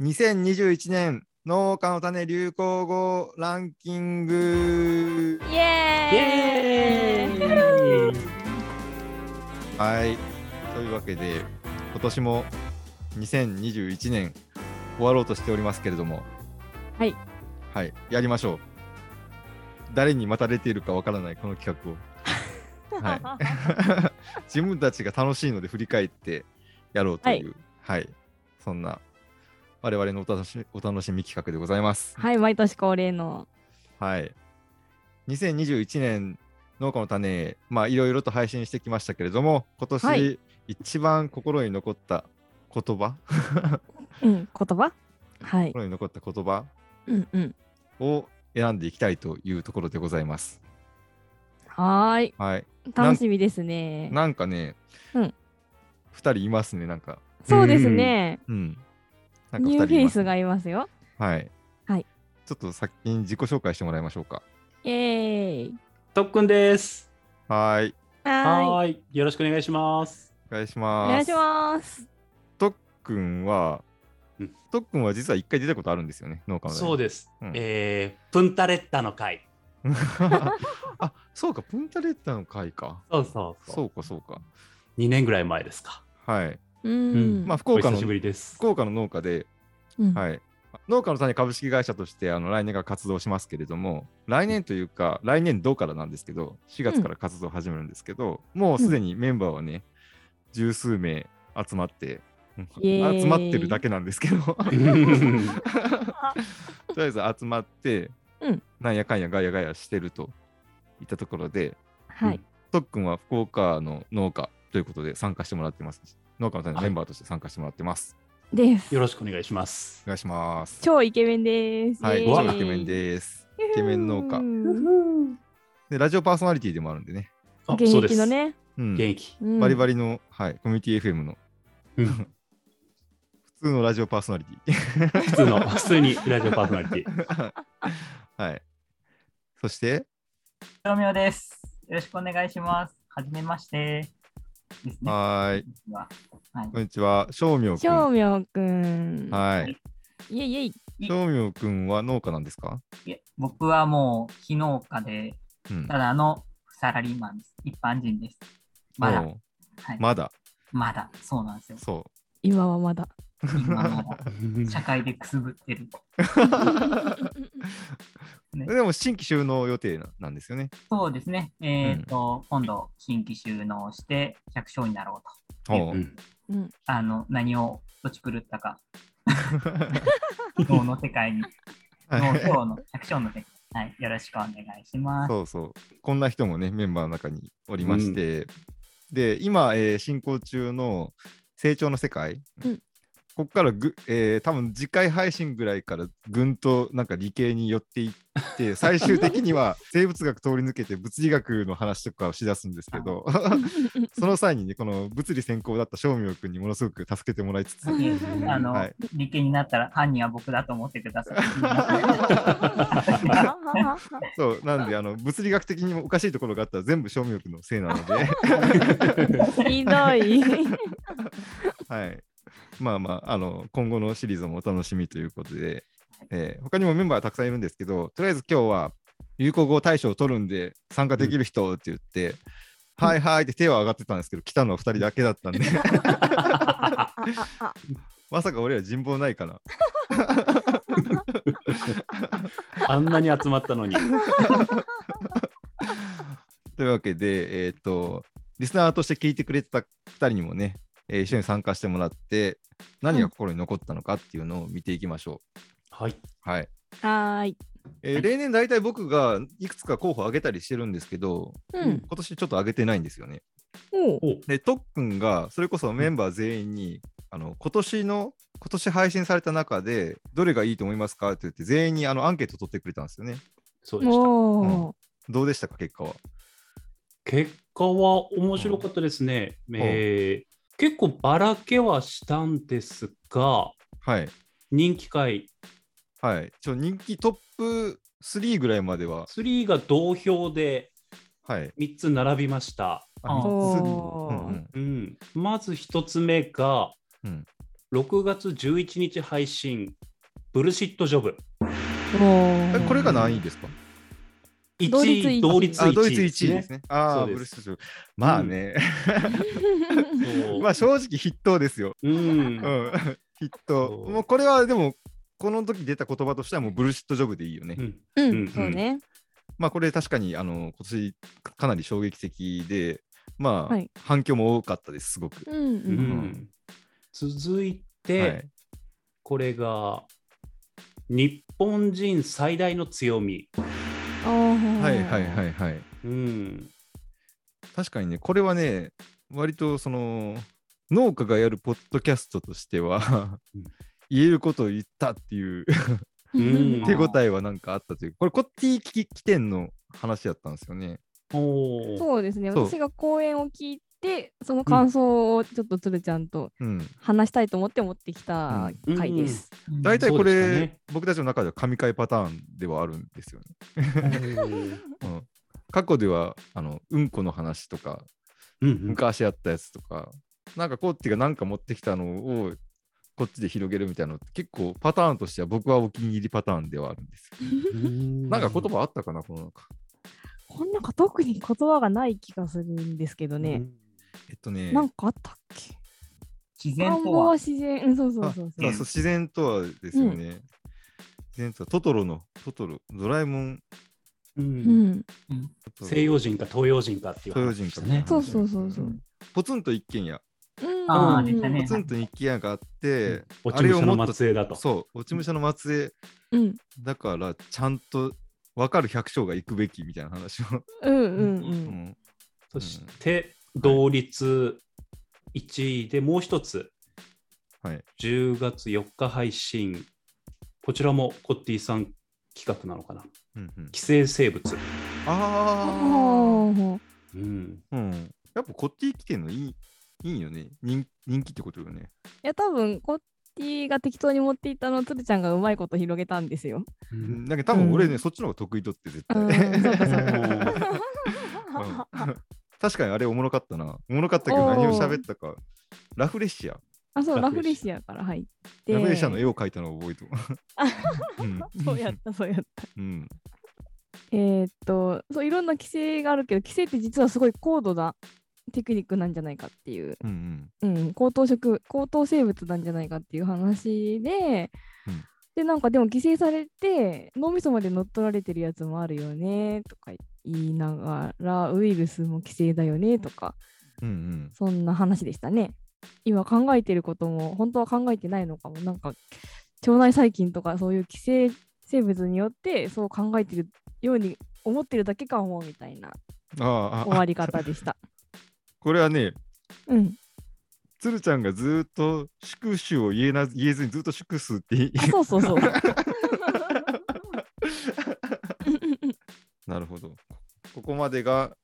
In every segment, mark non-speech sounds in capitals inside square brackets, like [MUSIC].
2021年農家の種流行語ランキングイエーイーイはいというわけで今年も2021年終わろうとしておりますけれどもはいはいやりましょう誰に待たれているかわからないこの企画をはい [LAUGHS] 自分たちが楽しいので振り返ってやろうという、はい、そんな我々のお楽しお楽しみ企画でございます。はい毎年恒例のはい。2021年農家の種、まあいろいろと配信してきましたけれども、今年、はい一番心に残った言葉、うん言葉はい心に残った言葉うんうんを選んでいきたいというところでございます。はーいはい。楽しみですねなんかね、うん二人いますね、なんか。そうですねうん。なんかニ二ューフ人いェイますスがいますよはい。はい。ちょっと先に自己紹介してもらいましょうか。イエーイとっくんです。はーい。はーいはーい。よろしくお願いします。お願いしおます。願いしますとっくんはうん、とっくんは実は一回出たことあるんですよね、農家の種そうです。うんえー、プンタレッタの会。あそうか、プンタレッタの会か。そうそう。そううか、そうか。 2年ぐらい前ですか。はい。うん、うんまあ、福お岡の久しぶりです。福岡の農家で、うんはい、農家の種株式会社としてあの来年から活動しますけれども、来年というか、来年度からなんですけど、4月から活動を始めるんですけど、もうすでにメンバーはね、十数名集まって、うんイエーイ集まってるだけなんですけど、と [LAUGHS] り [LAUGHS] あえず集まって、うんなんやかんやガヤガヤしてるといったところで、はい、とっくんは福岡の農家ということで参加してもらってます。農家の種のメンバーとして参加してもらってます。ですよろしくお願いしますお。願いします。超イケメンですはい、イエ超ーイケメンです。イケメン農家うう。んふうで、ラジオパーソナリティでもあるんでね。あ現そうで役すの。ねうん現。役。バリバリリの、はい、コミュニティ FM のうん普通のラジオパーソナリテ普通の、普通にラジオパーソナリティ。ィ。はい。そして、ひろみょうです。よろしくお願いします。はじめまして。ですね。はーい、ははいこんにちは。しょうみょうくん。正明くんはい。イエイイエイいしょうみょうくんは農家なんですかいえ僕はもう非農家で、うん。ただのサラリーマンです。一般人です。まだお、うはいまだ。まだ、そうなん [LAUGHS] ですよ。そ今はまだ今まだ [LAUGHS] 社会でくすぶってる。う。でも、新規収納予定ななんですよね。そうですね。えっ、と、今度、新規収納して、百姓になろうと。おううん [LAUGHS] うんあの、何を土地狂ったか、 [LAUGHS] 脳の世界に、はい農業の百姓の世界。はい、よろしくお願いします。そうそう。こんな人もね、メンバーの中におりまして、で、今、えー進行中の成長の世界、うんここからぐ、えー多分次回配信ぐらいからぐんとなんか理系に寄っていって、最終的には生物学通り抜けて物理学の話とかをしだすんですけど、その際にね、この物理専攻だった正明君にものすごく助けてもらいつつ、 [LAUGHS] いえあの、はい理系になったら犯人は僕だと思ってください。 [LAUGHS] そう、なんで、あの物理学的にもおかしいところがあったら全部正明君のせいなので。ひどいはい。まあまあ、あの、今後のシリーズもお楽しみということではい、えー他にもメンバーはたくさんいるんですけど、とりあえず今日は、流行語大賞を取るんで、参加できる人って言って、はいはいって手は上がってたんですけど、来たのは2人だけだったんで、 [LAUGHS] まさか俺ら人望ないかな。あんなに集まったのに。というわけで、えっ、と、リスナーとして聞いてくれてた2人にもね、えー一緒に参加してもらって、何が心に残ったのかっていうのを見ていきましょはい。う。はい。はーいえー例年大体僕がいくつか候補挙げたりしてるんですけど、うん今年ちょっと上げてないんですよね。おうで、とっくんがそれこそメンバー全員に、あの今年の今年配信された中でどれがいいと思いますかって言って全員にあのアンケート取ってくれたんですよね。そうでした。おーどうでしたか結果は。結果は面白かったですね。えー結構ばらけはしたんですが、はい人気回はい。ちょ人気トップ3ぐらいまでは、 3が同票ではい。 3つ並びました。ああー三つおうーんうんうん、まず1つ目が、うん6月11日配信、ブルシットジョブ。もえこれが何位ですか同率一1位、位同率あ1位。ドイツ1位ですね。あそあ、うですブルースジョブまあね、そうまあ正直筆頭ですよ。うんう。ん、 [LAUGHS] 筆頭そ。うもうこれはでも、この時出た言葉としてはもうブルシットジョブでいいよね。うんううんん、そうね。まあこれ確かにあの今年かなり衝撃的で、まあ、はい反響も多かったです、すごく。うんううん。ん続いて、はいこれが日本人最大の強み。はいははいはいはい。うん。確かにね、これはね、割とその農家がやるポッドキャストとしてはうん、言えることを言ったっていううん手応えはなんかあったというかこれコッティ聞き起点の話やったんですよね。おーそうですね。そう私が講演を聞いて、その感想をちょっとつるちゃんとうん、話したいと思って持ってきた回です。大体これ、そうでしたね僕たちの中では神回パターンではあるんですよね。うんうん、過去ではあのうんこの話とかうん昔やったやつとか、なんかコッティが何か持ってきたのをこっちで広げるみたいなのって結構パターンとしては僕はお気に入りパターンではあるんですよ。うんなんか言葉あったかなこの中。こんなんか特に言葉がない気がするんですけどね。えっとね。なんかあったっけ自然願と望はは。自然。うんそうそうそうあそうあ。そう自然とはですよね。自然とはトトロのトトロドラえもんううんん。トトロ西洋人か東洋人かっていう話でしたね。東洋人かそうそうそうそう。ポツンと一軒家うんああ出たねポツンと一軒家があって、落あちれ武を者ものっと末裔だと。そう落ち武者の末裔うんだからちゃんと分かる百姓が行くべきみたいな話を、うんうんう。うんんそして、同率1位でもう一つ、はい10月4日配信、こちらもコッティさん企画なのかな、うんうん、寄生生物。ああーうん、あ、うん、やっぱこっち来てんのいいいいよね人人気ってことよねいや多分コッティが適当に持っていったのをつるちゃんがうまいこと広げたんですよ。うんだけど多分俺ね、うんそっちの方が得意とって絶う対、ん、そうかそうか。うん確かにあれおもろかったなおもろかったけど何を喋ったかラフレシアあ、そう、ララフフレレシシアから入って。ラフレシアの絵を描いたのを覚えてます、 [LAUGHS] うんそうやった、そうやった。うん、えーっと、そう、いろんな規制があるけど、規制って実はすごい高度なテクニックなんじゃないかっていう、うんうんうん、高等植、高等生物なんじゃないかっていう話で、うんで、なんかでも規制されて、脳みそまで乗っ取られてるやつもあるよね、とか言いながら、ウイルスも規制だよね、とか、うんうんそんな話でしたね。今考えてることも本当は考えてないのかも。なんか腸内細菌とかそういう寄生生物によってそう考えてるように思ってるだけかもみたいなあああ終わり方でした。これはねうん。つるちゃんがずーっと祝手を言えな言えずにずっと祝すって言い [LAUGHS] あそうそうそう。なるほどここまでが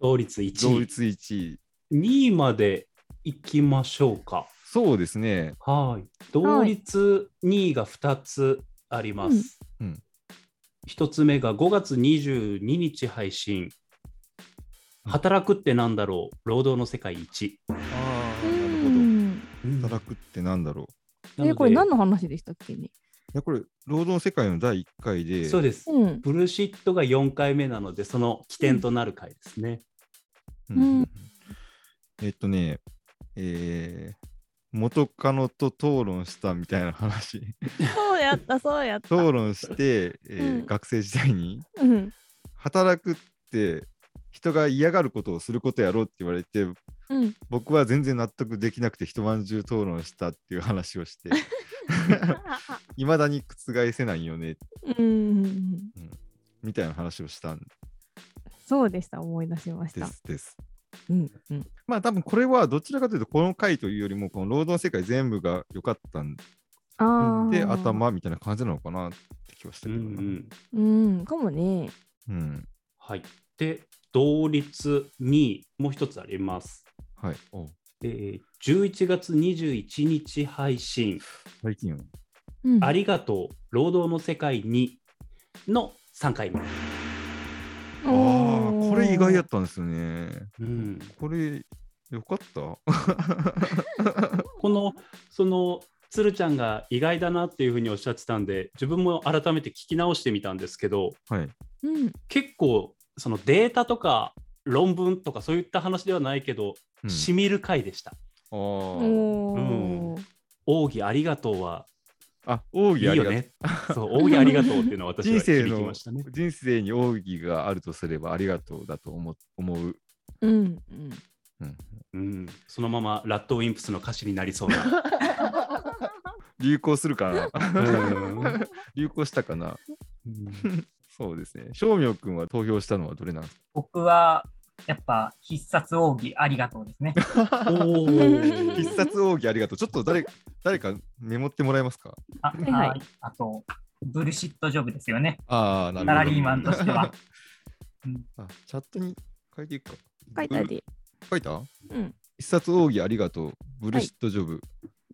同率1同位。率1位2位までいきましょうか。そうですねはい。同率2位が2つあります。うんうん1つ目が5月22日配信。働くってなんだろう労働の世界一。ああうんな働くってなんだろうのえでこれ何の話でしたっけね。いやこれ労働の世界の第1回でそうです。うん。ブルシットが4回目なので、その起点となる回ですね。うんうんううんんえっとねえー元カノと討論したみたいな話 [LAUGHS] そうやったそうやった。討論して、えーうん学生時代にうん。働くって人が嫌がることをすることやろうって言われてうん。僕は全然納得できなくて一晩中討論したっていう話をして [LAUGHS] いまだに覆せないよねうん。みたいな話をしたん [LAUGHS] そうでした思い出しましでた。すです。うんうん。まあ多分これはどちらかというとこの回というよりもこの労働世界全部が良かったんああ。で頭みたいな感じなのかなって気はしたうんけうどな。うんんうんかもね。はい、で、同率2位、もう一つあります。はい。おうえー、11月21日配信、最近はうんありがとう、労働の世界にの3回目。ああこれ意外やったんですよね。うん、これよかった。このその鶴ちゃんが意外だなっていうふうにおっしゃってたんで自分も改めて聞き直してみたんですけどはい。うん、結構そのデータとか論文とかそういった話ではないけど、うんしみる回でした。あーおー奥義ありがとうはあ、奥いい義ありよがとう。ね。そう、奥義ありがとうっていうのは私は [LAUGHS] 人生響きのましたね。人生に奥義があるとすればありがとうだと思う思う。うんうんうん、うん、そのままラッドウィンプスの歌詞になりそうな。 [LAUGHS] 流行するかな [LAUGHS] うん流行したかなそうですね。正明君は投票したのはどれなんですか僕は、やっぱ必殺奥義ありがとうですね。 [LAUGHS] おー必殺奥義ありがとう。ちょっと誰誰かメモってもらえますかあ、い [LAUGHS] はいああと、ブルシットジョブですよね。ああ、なるほど。サラリーマンとしては。あチャットに書いていくか。書いたで、書いたうん、必殺奥義ありがとう。ブルシットジョブ。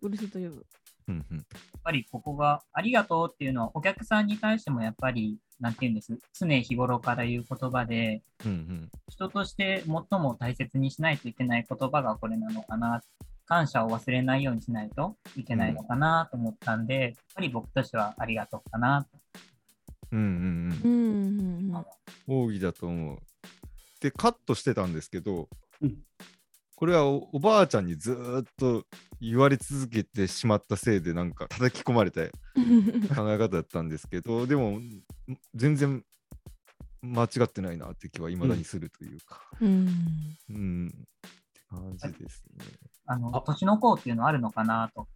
ブルシット呼ぶ。うんうん、やっぱりここがありがとうっていうのはお客さんに対してもやっぱりなんて言うんです常日頃から言う言葉でうんうん。人として最も大切にしないといけない言葉がこれなのかな感謝を忘れないようにしないといけないのかなと思ったんで、やっぱり僕としてはありがとうかなとうんうんうんうんうんうん。奥義だと思う。で、カットしてたんですけど、うんこれはおおばあちゃんにずーっと言われ続けてしまったせいで、なんか叩き込まれたうん。考え方だったんですけど、でも、ん全然間違ってないなって気はいまだにするというか。うんうん。って感じですね。あのあ年の功っていうのあるのかなと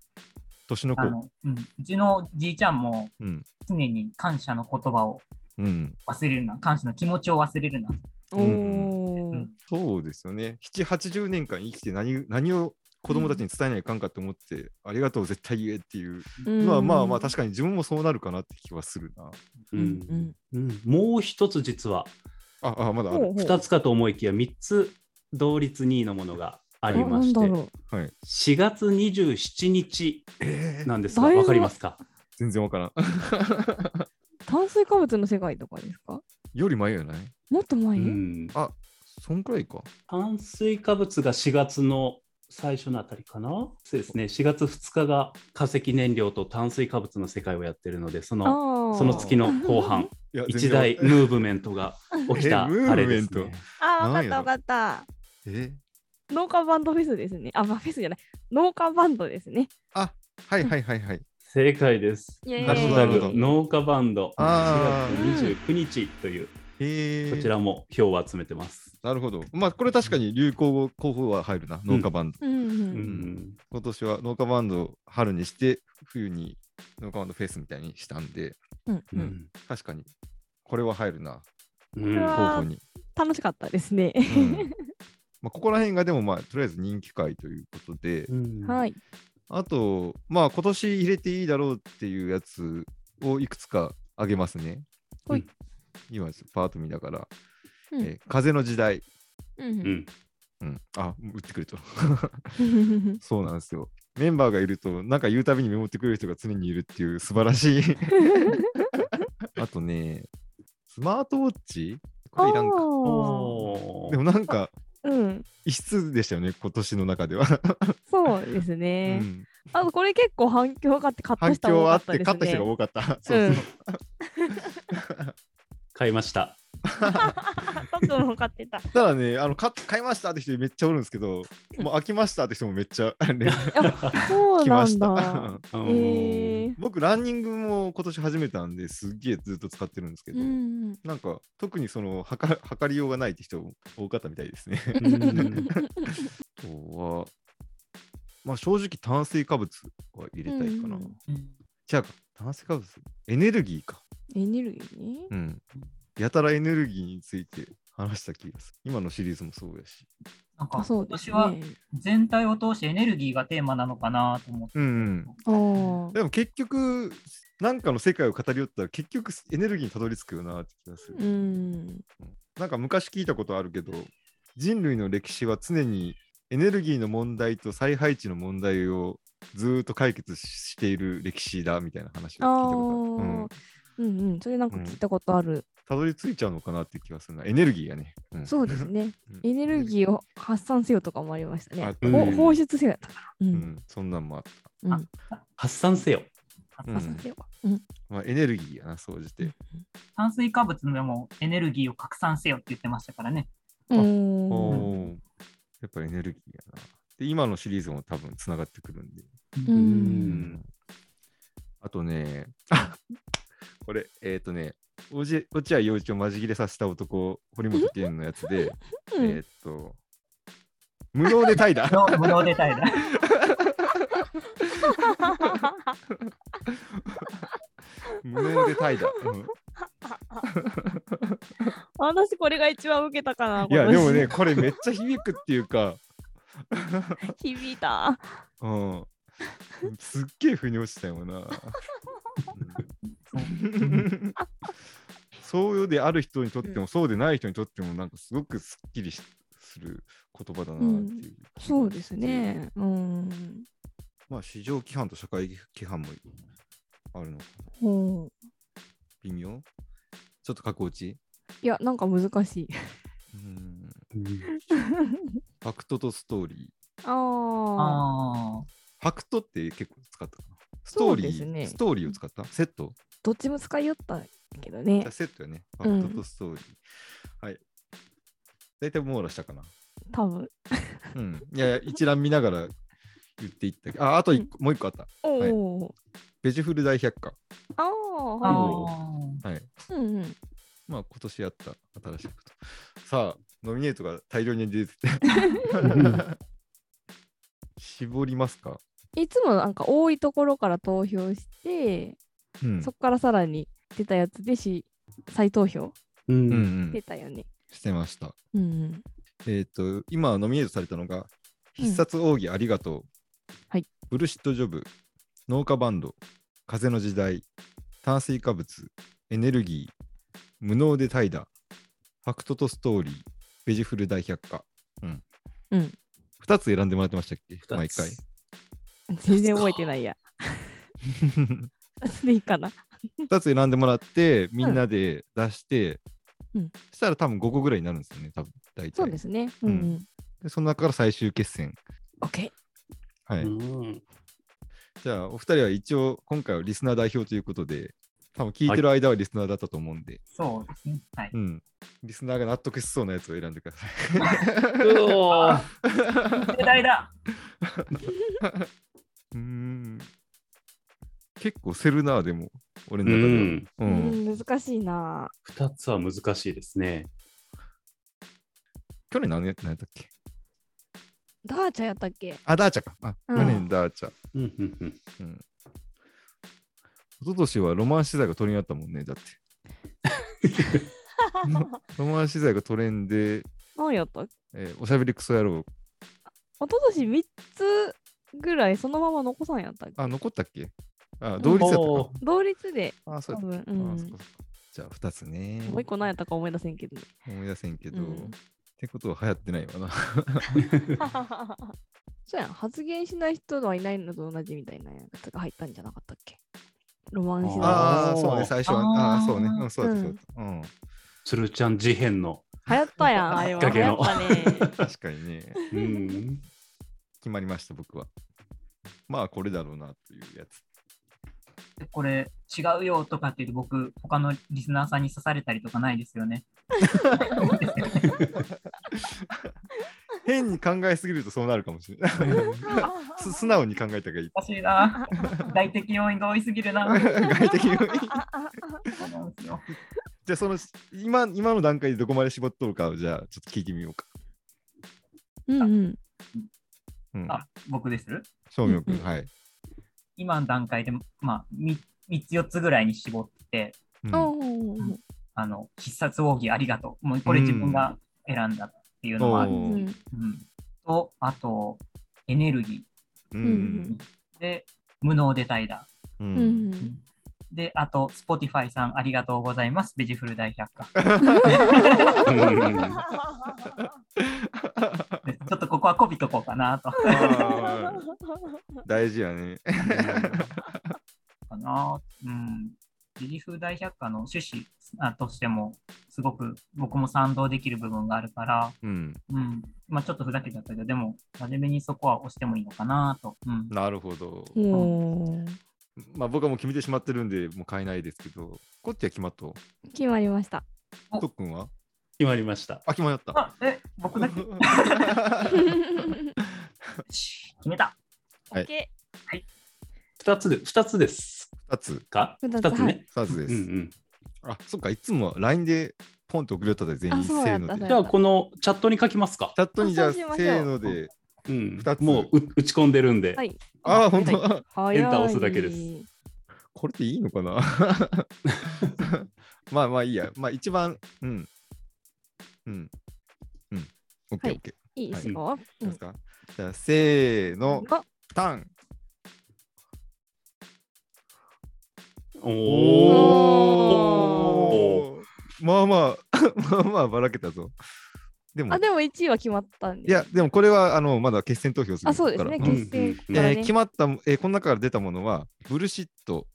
年の子あ。の、うん、うちのじいちゃんもうん。常に感謝の言葉をうん。忘れるな感謝の気持ちを忘れるなおおー。そうですよね。7、80年間生きて何何を子供たちに伝えないかんかって思って、ありがとう絶対言えっていううんまあまあまあ確かに自分もそうなるかなって気はするな。ううんんうんもう一つ実はああまだうん。ある。ほうほう2つかと思いきや3つ同率2位のものがありましなてんだろ4月27日えーなんですがだいぶわかりますか全然わからん。 [LAUGHS] う炭水化物の世界とかですかより前やないもっと前、うんあそんくらいか。炭水化物が4月の最初のあたりかなそうですね4月2日が化石燃料と炭水化物の世界をやってるのでそあのーその月の [LAUGHS] 後半いや一大ムーブメントが起きたえムーブメントあれですね。あー、わなんかっやたわかった。え農家バンドフェスですね。あ、まあ、フェスじゃない。農家バンドですね。はいはいはいはい。正解です。イエーイハッシュなタるほどグ農家バンドあー4月29日というえー、こちらも票を集めてます。なるほど。まあこれ確かに流行語候補は入るな。農家バンド。うんう。うんん今年は農家バンドを春にして冬に農家バンドフェスみたいにしたんでうんううんん確かにこれは入るな。うんう候わ補 [LAUGHS] に。楽しかったですね。 [LAUGHS] うんまあ、ここら辺がでもまあとりあえず人気回ということで。うんはい。あと、まあ、今年入れていいだろうっていうやつをいくつかあげますね。はい今、ちょっとパート見ながら、うんえー風の時代。ううんんうん、あ、もう打ってくれと。 [LAUGHS] うん。そうなんですよ。メンバーがいると、なんか言うたびにメモってくれる人が常にいるっていう素晴らしい。 [LAUGHS] あとね、スマートウォッチこれいらんか。おーおでーもなんか、うん。異質でしたよね、今年の中では。そうですうね。んあとこれ結構反響があってカット反した方響があ多っかったて、で勝ったす人がね。多か [LAUGHS] った。そうそう買いました。僕も買ってた。ただね、あの買っ買いましたって人めっちゃおるんですけ [LAUGHS] ど、もう飽きましたって人もめっちゃ連絡そう来なましんだた。。 [LAUGHS] うんへえ。僕、ランニングも今年始めたんですっげえずっと使ってるんですけど、うん。なんか特にその測測りようがないって人多かったみたいですね。あうん [LAUGHS] とは、まあ正直炭水化物は入れたいかな。うんじゃあ、炭水化物エネルギーか。エネルギーね。うん。やたらエネルギーについて話した気がする。今のシリーズもそうやし。なんかあ、そうです私ね。は全体を通してエネルギーがテーマなのかなと思って。うん、うん。あーでも結局、なんかの世界を語りよったら結局エネルギーにたどり着くよなって気がする。うん。なんか昔聞いたことあるけど、人類の歴史は常にエネルギーの問題と再配置の問題をずーっと解決している歴史だみたいな話を聞いたあことある。うんーうんうん、それなんか聞いたことある。たどり着いちゃうのかなって気がするな。エネルギーがね。うんそうですね。エネルー。ギーを発散せよとかもありましたあね。ったねほ放出せよだったかな。う。うんん、そんなんもあった。うんあ発散せよ。うん発散せようん。まあ、エネルギーやな、総じて。炭水化物でもエネルギーを拡散せよって言ってましたからね。うおん。おーやっぱエネルギーやな。で、今のシリーズも多分つながってくるんで。う。うんあと [LAUGHS] ね、あこれ、えっ、とね、おじ落合陽一をまじ切れさせた男、堀本健のやつで、うんえっと、無能で怠惰。 [LAUGHS] 無料無料で耐えた。無能で怠惰。 [LAUGHS] うん私これが一番受けたかな。いや、今でもね、。年これめっちゃ響くっていうか、響いた。うん。すっげえ腑に落ちたよな。うんそうである人にとっても、そうでない人にとっても、なんかすごくすっきりしする言葉だなっていう、そうです。ね。うん。まあ、市場規範と社会規範もあるのかな。ほう微妙ちょっと過去落ちいや、なんか難し [LAUGHS] い。うん。 [LAUGHS] うんファクトとストーリー。ああ。あファクトって結構使ったかな。ストーリそうですー、ねストーリーを使ったセットどっちも使いよったけどねじゃあ。セットよね。フうんァクトとストーリー。はい。大体網羅したかな。多分。うん。いやいや、一覧見ながら言っていったけど。あ、あと一個、もう一個あった。おお。ベジフル大百科。ああ。あ。あはーはい。い。うんうん。まあ、今年やった新しいこと。さあ、ノミネートが大量に出て [LAUGHS] て。絞りますか、いつもなんか多いところから投票して、うん、そこからさらに出たやつでし再投票ううんうんん出たよね。してました。うんうん。えっ、と、今ノミネートされたのが、必殺奥義ありがとう、はいブルシットジョブ、農家バンド、風の時代、炭水化物、エネルギー、無能で怠惰、ファクトとストーリー、ベジフル大百科。うん。うん2つ選んでもらってましたっけ二つ毎回。全然覚えてない [LAUGHS] や。 [LAUGHS] でいいかな。 2つ選んでもらって、みんなで出して、うんそしたら多分5個ぐらいになるんですよね、多分大体。 [LAUGHS] そうですね。ううんんうん。でその中から最終決戦。オッケー。はい。うんじゃあ、お二人は一応、今回はリスナー代表ということで、多分聞いてる間はリスナーだったと思うんで、そうですね。 [LAUGHS] はい。うん。リスナーが納得しそうなやつを選んでください。うお [LAUGHS] ー重大だ。うーん。結構セルナーでも、俺うの中では。んううんん、難しいな。二つは難しいですね。去年何や何やったっけダーチャやったっけあ、ダーチャか。あ、うん去 [LAUGHS] 年ダーチャ。うんうんうんうん。一昨年はロマン資材がトレンだったもんね、だって。ロマン資材がトレンで、何やったえーおしゃべりクソ野郎。一昨年3つぐらいそのまま残さんやったっけあ、残ったっけあ、同率だったおか。同率であ、そう多やった分、うああん、そっかそっかじゃあ2つね。もう一個何やったか思い出せんけどね。思い出せんけど、うんってことは流行ってないわな。そうやん、発言しない人はいないのと同じみたいなやつが入ったんじゃなかったっけロマンシあだ。ああ、そうね、最初は。あああー、ーそうね。うん、そうだった、うそんうだった。うん、鶴ちゃん事変の。流行ったやん、あれは。きっ流かけ行のったね。確かにね、 [LAUGHS] うん決まりました、僕は。まあ、これだろうな、というやつ。でこれ違うよとかって言うと僕、他のリスナーさんに刺されたりとかないですよね。 [LAUGHS] 変に考えすぎるとそうなるかもしれない。 [LAUGHS] す素直に考えた方がいい。おかしいな。外的要因が多いすぎるな。そ外的要因うなんですよじゃあ、その、今、今の段階でどこまで絞っとるかを、じゃあ、ちょっと聞いてみようか。うんうん。うん。あ、僕です。正明君、うんうんはい。今の段階で、まあ、み3つ4つぐらいに絞って、うんおーあの、必殺奥義ありがとう。もうこれ自分が選んだっていうのは、ううんんおーと、あと、エネルギううんうんん。ーで、無能で怠惰。う。うんんで、あと、Spotify さんありがとうございます。ベジフル大百科。 [LAUGHS] うんで [LAUGHS] ちょっとここはこびとこうかなと。あー大事やね。かなうん。時事風大百科の趣旨あとしても、すごく僕も賛同できる部分があるから、うん、うん、まあちょっとふざけちゃったけど、でも、真面目にそこは押してもいいのかなと。うん、なるほど。もまあ僕はもう決めてしまってるんで、もう買えないですけど、こっちは決まったう決まりました。おとっくんは決まりました。あ、決まった。あえ、[LAUGHS] 僕だけ決めた。はい OK 二つで、二つです [LAUGHS] 2つ、か二二つつね。 2つでうんうす。ん。あ、そっか、いつも LINE でポンと送りよったで全員あせそうやーっのたそでう。じやっゃあ、このチャットに書きますか。チャットにじゃああせそうしましょーうので。うん二つもうう打ち込んでるんで。はいああ、本当、 [LAUGHS] 早いエンター押すだけですこれっていいのかな [LAUGHS] まあまあいいや。まあ一番、うん。うん。うん。オッケーはいオッケいいですか、ー。ういきまんすかじゃあ、せーの、あタン。おお。おーまあ [LAUGHS] まあ、まあまあばらけたぞ。でも、あでも1位は決まったんでいや、でもこれはあのまだ決選投票するあそうですねここから決定うんえかーらね決まった、えーこの中から出たものは、ブルシット、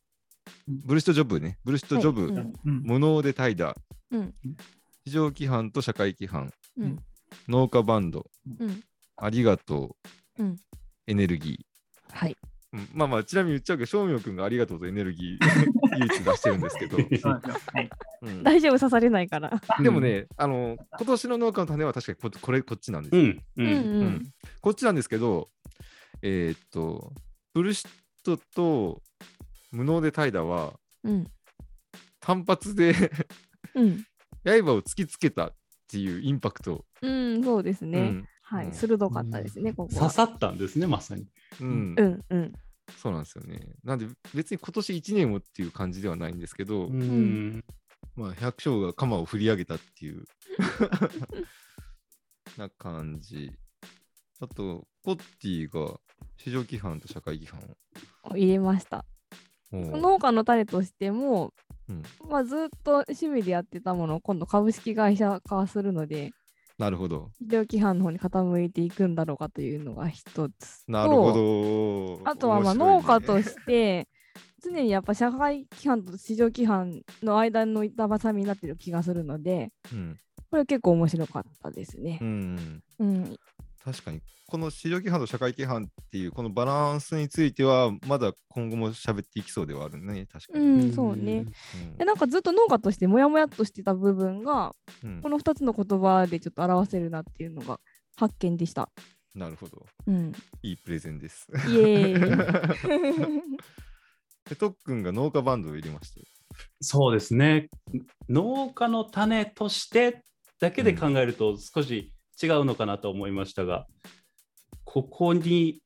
ブルシットジョブね、ブルシットジョブ、はいうんうん、無能で怠惰、うん非常規範と社会規範、うん農家バンド、うんありがとう、うんエネルギはいー、うんまあまあ、ちなみに言っちゃうけど、正明君がありがとうとエネルギー [LAUGHS] 唯一出してるんです [LAUGHS] けど、 [LAUGHS] そうなんですよはい。うん大丈夫刺されないからでもね、あの今年の農家の種は確かにここれこっちなんですうよ、ん、ううんん、ううんこっちなんですけど、えーっと、ブルシットと無能で怠惰はうん単発で [LAUGHS] うん刃を突きつけたっていうインパクト。うんそうですね、うんはうんい鋭かったですね、ここ刺はさったんですね、まさに。うんうんうんそうなんですよね。なんで別に今年1年もっていう感じではないんですけど、うん、まあ百姓が鎌を振り上げたっていう [LAUGHS] な感じ。あと、コッティが市場規範と社会規範を入れましたを。おう農家の種としても、うんまあ、ずっと趣味でやってたものを今度株式会社化するのでなるほど。医療規範の方に傾いていくんだろうかというのが一つなるほど。あとはまあ面農白い家ねとして常にやっぱ社会規範と市場規範の間の板挟みになってる気がするのでうん、これ結構面白かったですねう。ん、うん、確かにこの市場規範と社会規範っていうこのバランスについてはまだ今後も喋っていきそうではあるね確かうに、ん、そうね。でなんかずっと農家としてモヤモヤっとしてた部分がうんうんこの2つの言葉でちょっと表せるなっていうのが発見でした。なるほどうん、いいプレゼンです [LAUGHS] イエーイでとっくんが農家バンドを入れましたよそうですね。農家の種としてだけで考えると少し違うのかなと思いましたが、ここに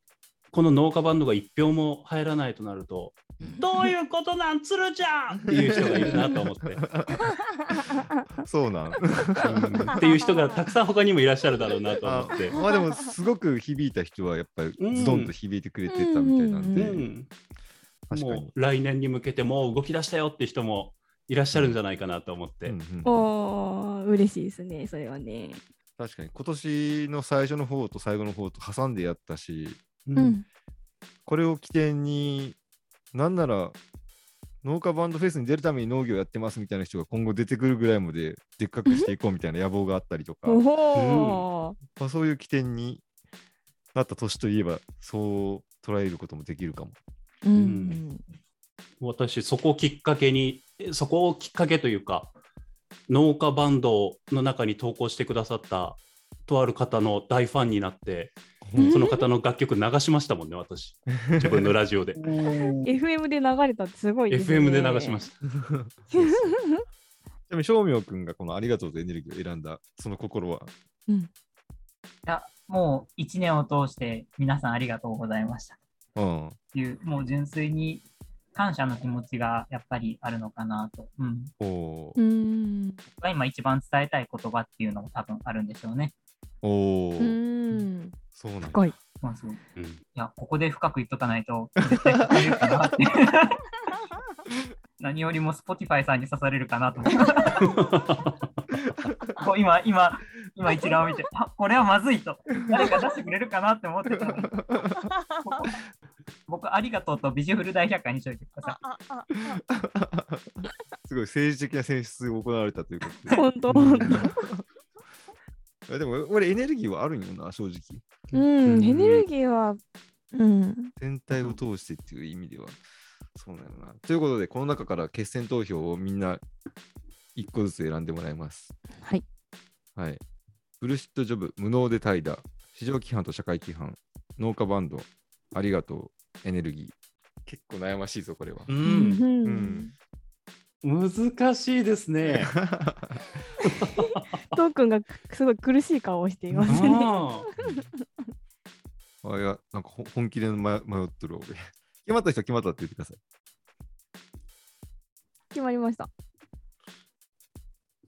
この農家バンドが1票も入らないとなると、どういうことなん、鶴ちゃんっていう人がいるなと思って、そうなん [LAUGHS] うんっていう人がたくさん他にもいらっしゃるだろうなと思あって。まあでもすごく響いた人はやっぱりうんズドンと響いてくれてたみたいなんうで、ん、確かにもう来年に向けてもう動き出したよって人もいらっしゃるんじゃないかなと思って、うんうん [LAUGHS] おー嬉しいですねそれはね。確かに今年の最初の方と最後の方と挟んでやったしうんうん、これを起点に、なんなら農家バンドフェスに出るために農業やってますみたいな人が今後出てくるぐらいまででっかくしていこうみたいな野望があったりとか、おまほあ、そういう起点になった年といえば、そう捉えることもできるかも。ー、うん私そこをきっかけにえそこをきっかけというか農家バンドの中に投稿してくださったとある方の大ファンになってうんその方の楽曲流しましたもんね私自分のラジオでうん、FM で流れたってすごいですね。 FM で流しましたちなみに、正明君がこのありがとうとエネルギーを選んだ、その心は。いや、もう1年を通して皆さんありがとうございました。うん、っていう、もう純粋に感謝の気持ちがやっぱりあるのかなと。うん。おうーん。僕が今一番伝えたい言葉っていうのも多分あるんでしょうね。おうーん。そうなんだ深い。そうそういうんや、ここで深く言っとかない [LAUGHS] と、絶対刺されるかなって。何よりも Spotify さんに刺されるかなと思って。こう今、今、今一覧を見て、あこれはまずいと。誰か出してくれるかなって思ってたのに。ここ僕、ありがとうとビジュフル大百科にしといてくださあああすごい政治的な選出が行われたということで。本当本当いやでも俺エネルギーはあるんよな、正直。うん、エネルギーは、うん、全体を通してっていう意味では。そうなのな。ということで、この中から決選投票をみんな一個ずつ選んでもらいます。はい。はい。ブルシットジョブ、無能で怠惰、市場規範と社会規範、農家バンド、ありがとう、エネルギー。結構悩ましいぞ、これは。う、うんん難しいですね。トーくんがすごい苦しい顔をしていますね。うあいや、なんかほ本気で迷迷っとるわ、俺。 [LAUGHS] 決まった人は決まったって言ってください。 [LAUGHS] 決まりました。い。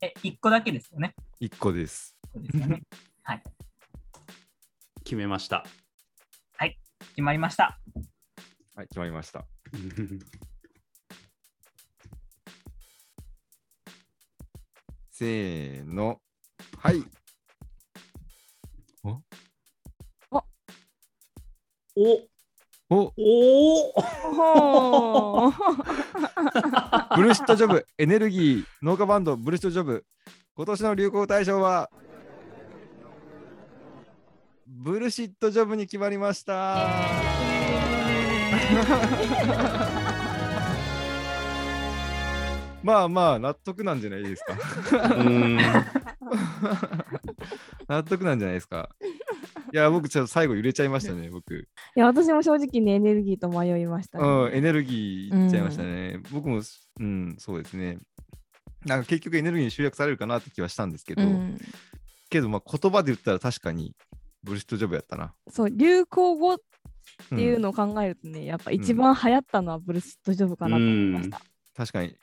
え、1個だけですよね。一個です。一個ですよねはい。ん決めました。決まり [LAUGHS] ました。はい、決まりました。せーの。はい。おおおほー [LAUGHS] ブルシットジョブ、エネルギー、農家バンド、ブルシットジョブ。今年の流行大賞は、ブルシットジョブに決まりま [LAUGHS] した。まあまあ、納得なんじゃないですか。うん納得なんじゃないですか。いや、僕、ちょっと最後揺れちゃいましたね、僕。いや、私も正直ね、エネルギーと迷いました、うん、エネルギーいっちゃいましたね。僕も、うん、そうですね。なんか結局エネルギーに集約されるかなって気はしたんですけど、うんけど、まあ、言葉で言ったら確かにブルシットジョブやったな。そう、流行語ってうんいうのを考えるとね、やっぱ一番流行ったのはブルシットジョブかなと思いました。確かに。い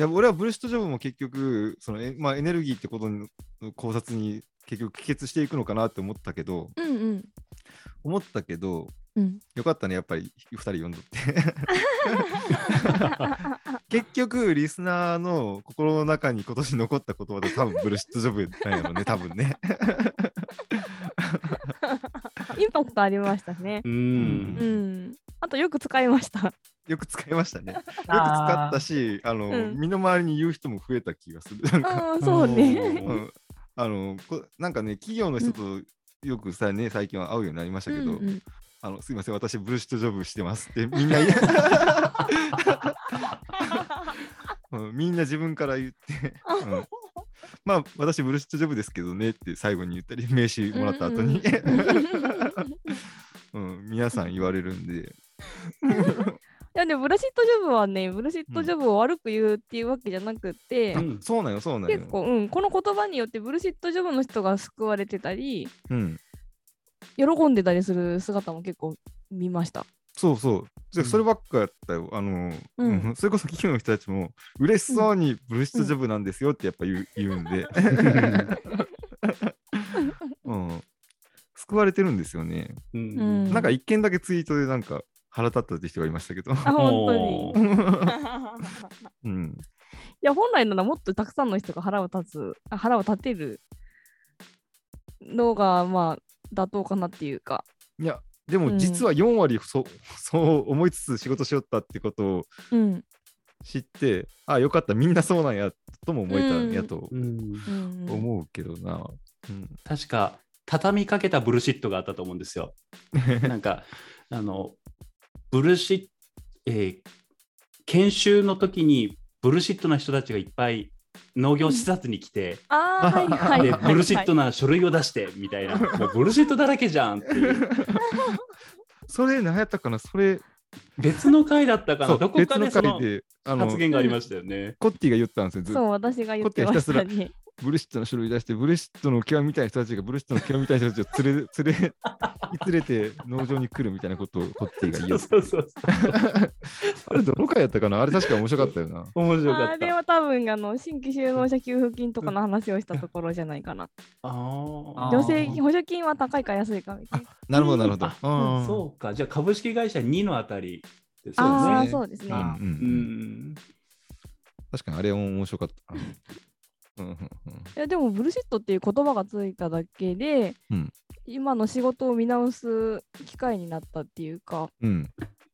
や、俺はブルシットジョブも結局、そのえまあ、エネルギーってことの考察に結局帰結していくのかなって思ったけど、うんうん。思ったけど、うん、よかったね、やっぱり2人呼んどって。 [LAUGHS] 結局、リスナーの心の中に今年残った言葉で多分ブルシットジョブなんや [LAUGHS] ろね、多分ね。インパクトありましたね。ううんん。あとよく使いました。よく使いましたね。よくよく使ったし、あの、うん身の回りに言う人も増えた気がする。なんかああ、そうね。う。ん、あのこなんかね企業の人とよくさね、最近は会うようになりましたけど、うんうんあのすいません私ブルシットジョブしてます [LAUGHS] ってみんな言 [LAUGHS] う、うん、みんな自分から言って、うん、まあ私ブルシットジョブですけどねって最後に言ったり名刺もらった後に、 [LAUGHS] うん、皆さん言われるんでいやでもブルシットジョブはねブルシットジョブを悪く言うって [LAUGHS] いうわけじゃなくって、うんそうなんよそうなんよ結構、うん、この言葉によってブルシットジョブの人が救われてたりうん、喜んでたりする姿も結構見ました。そうそうじゃうんそればっかやったよ、あの、うんうんそれこそ企業の人たちも嬉しそうにブルシットジョブなんですよってやっぱ言う,、言うんで、うん、救われてるんですよね、ううんんなんか一件だけツイートでなんか腹立ったって人がいましたけど、 [LAUGHS] あ本当に。当に。うん、いや本来ならもっとたくさんの人が腹を立つあ腹を立てるのがまあ妥当かなっていうか。いやでも実は4割そ,、うそう思いつつ仕事しよったってことをうん知ってあよかったみんなそうなんやとも思えたんやうんとうんうんうん、思うけどな、うん確か畳みかけたブルシットがあったと思うんですよ。なんかあのブルシッ、えー研修の時にブルシットな人たちがいっぱい農業視察に来て、あーはいはい [LAUGHS] ではい、ブルシットな書類を出してみたいな、もうブルシットだらけじゃんっていうそれ何やったかなそれ別の回だったかそなうどこかでそのであの発言がありましたよね。コッティが言ったんですよずっそとう私が言ってましたね。ブルシットの種類出してブルシットの極みたいな人たちがブルシットの極みたいな人たちを連れ連 [LAUGHS] れ連れて農場に来るみたいなことをコッティが言そううそうそうあれどの回やったかなあれ確か面白かったよな面白かあれった。は多分あの新規就農者給付金とかの話をしたところじゃないかな。ああー女性補助金は高いか安いかみたいな。なるほどなるほどあうんそうか、じゃあ株式会社2のあたりうですですねあよあね。そうですうね。んうんあうんうん確かにあれも面白かったなうんうんうんいやでもブルシットっていう言葉がついただけで、うん今の仕事を見直す機会になったっていうかうん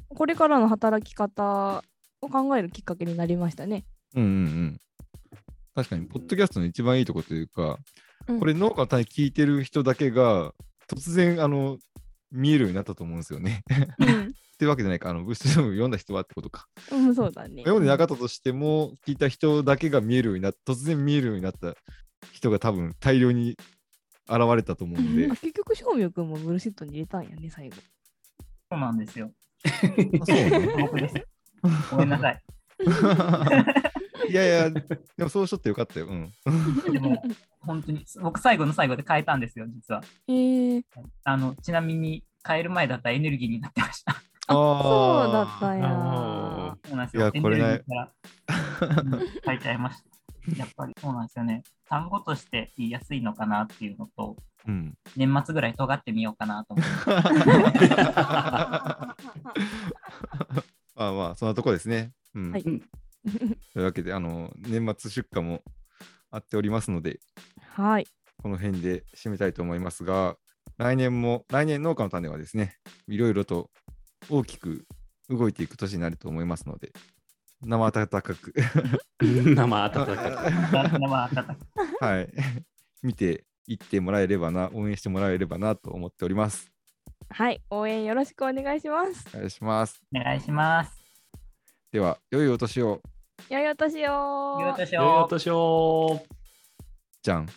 これからの働き方を考えるきっかけになりましたね。うんうんうん。確かに、ポッドキャストの一番いいとこというか、うんこれ農家の種聞いてる人だけが、突然、あの、見えるようになったと思うんですよね。 [LAUGHS] ってわけじゃないか、あの、ブッシュドーム読んだ人はってことか。うん、うん、そうだね。読んでなかったとしても、聞いた人だけが見えるようになった、突然見えるようになった人が多分大量に現れたと思うんであ、結局、正明君もブルーシットに入れたんやね、最後。そうなんですよ。あそうね。僕です。ごめんなさい。いやいや、でもそうしとってよかったよ。うん。でも、本当に、僕最後の最後で変えたんですよ、実は。えー、あの、ちなみに変える前だったらエネルギーになってました。 [LAUGHS] あそうだったんや。あそうなんですいよ。やこれねエネルギーからうん変えちゃい [LAUGHS] ました。やっぱりそうなんですよね。単語として言いやすいのかなっていうのと、うん。 [LAUGHS] 年末ぐらい尖ってみようかなと思って。 [LAUGHS] まあまあ、そんなとこですね。うんはいというわけで、あの、年末出荷もあっておりますので、はい。この辺で締めたいと思いますが、来年も、来年農家の種はですね、いろいろと大きく動いていく年になると思いますので、生温かく、 [LAUGHS] ー [LAUGHS] 生温かく。まあ温かくはい、見ていってもらえればな、応援してもらえればなと思っております。はい。応援よろしくお願いします。お願いします。お願いします。では、良いお年を、良いお年を。よいお年良いおを。年を。じゃん。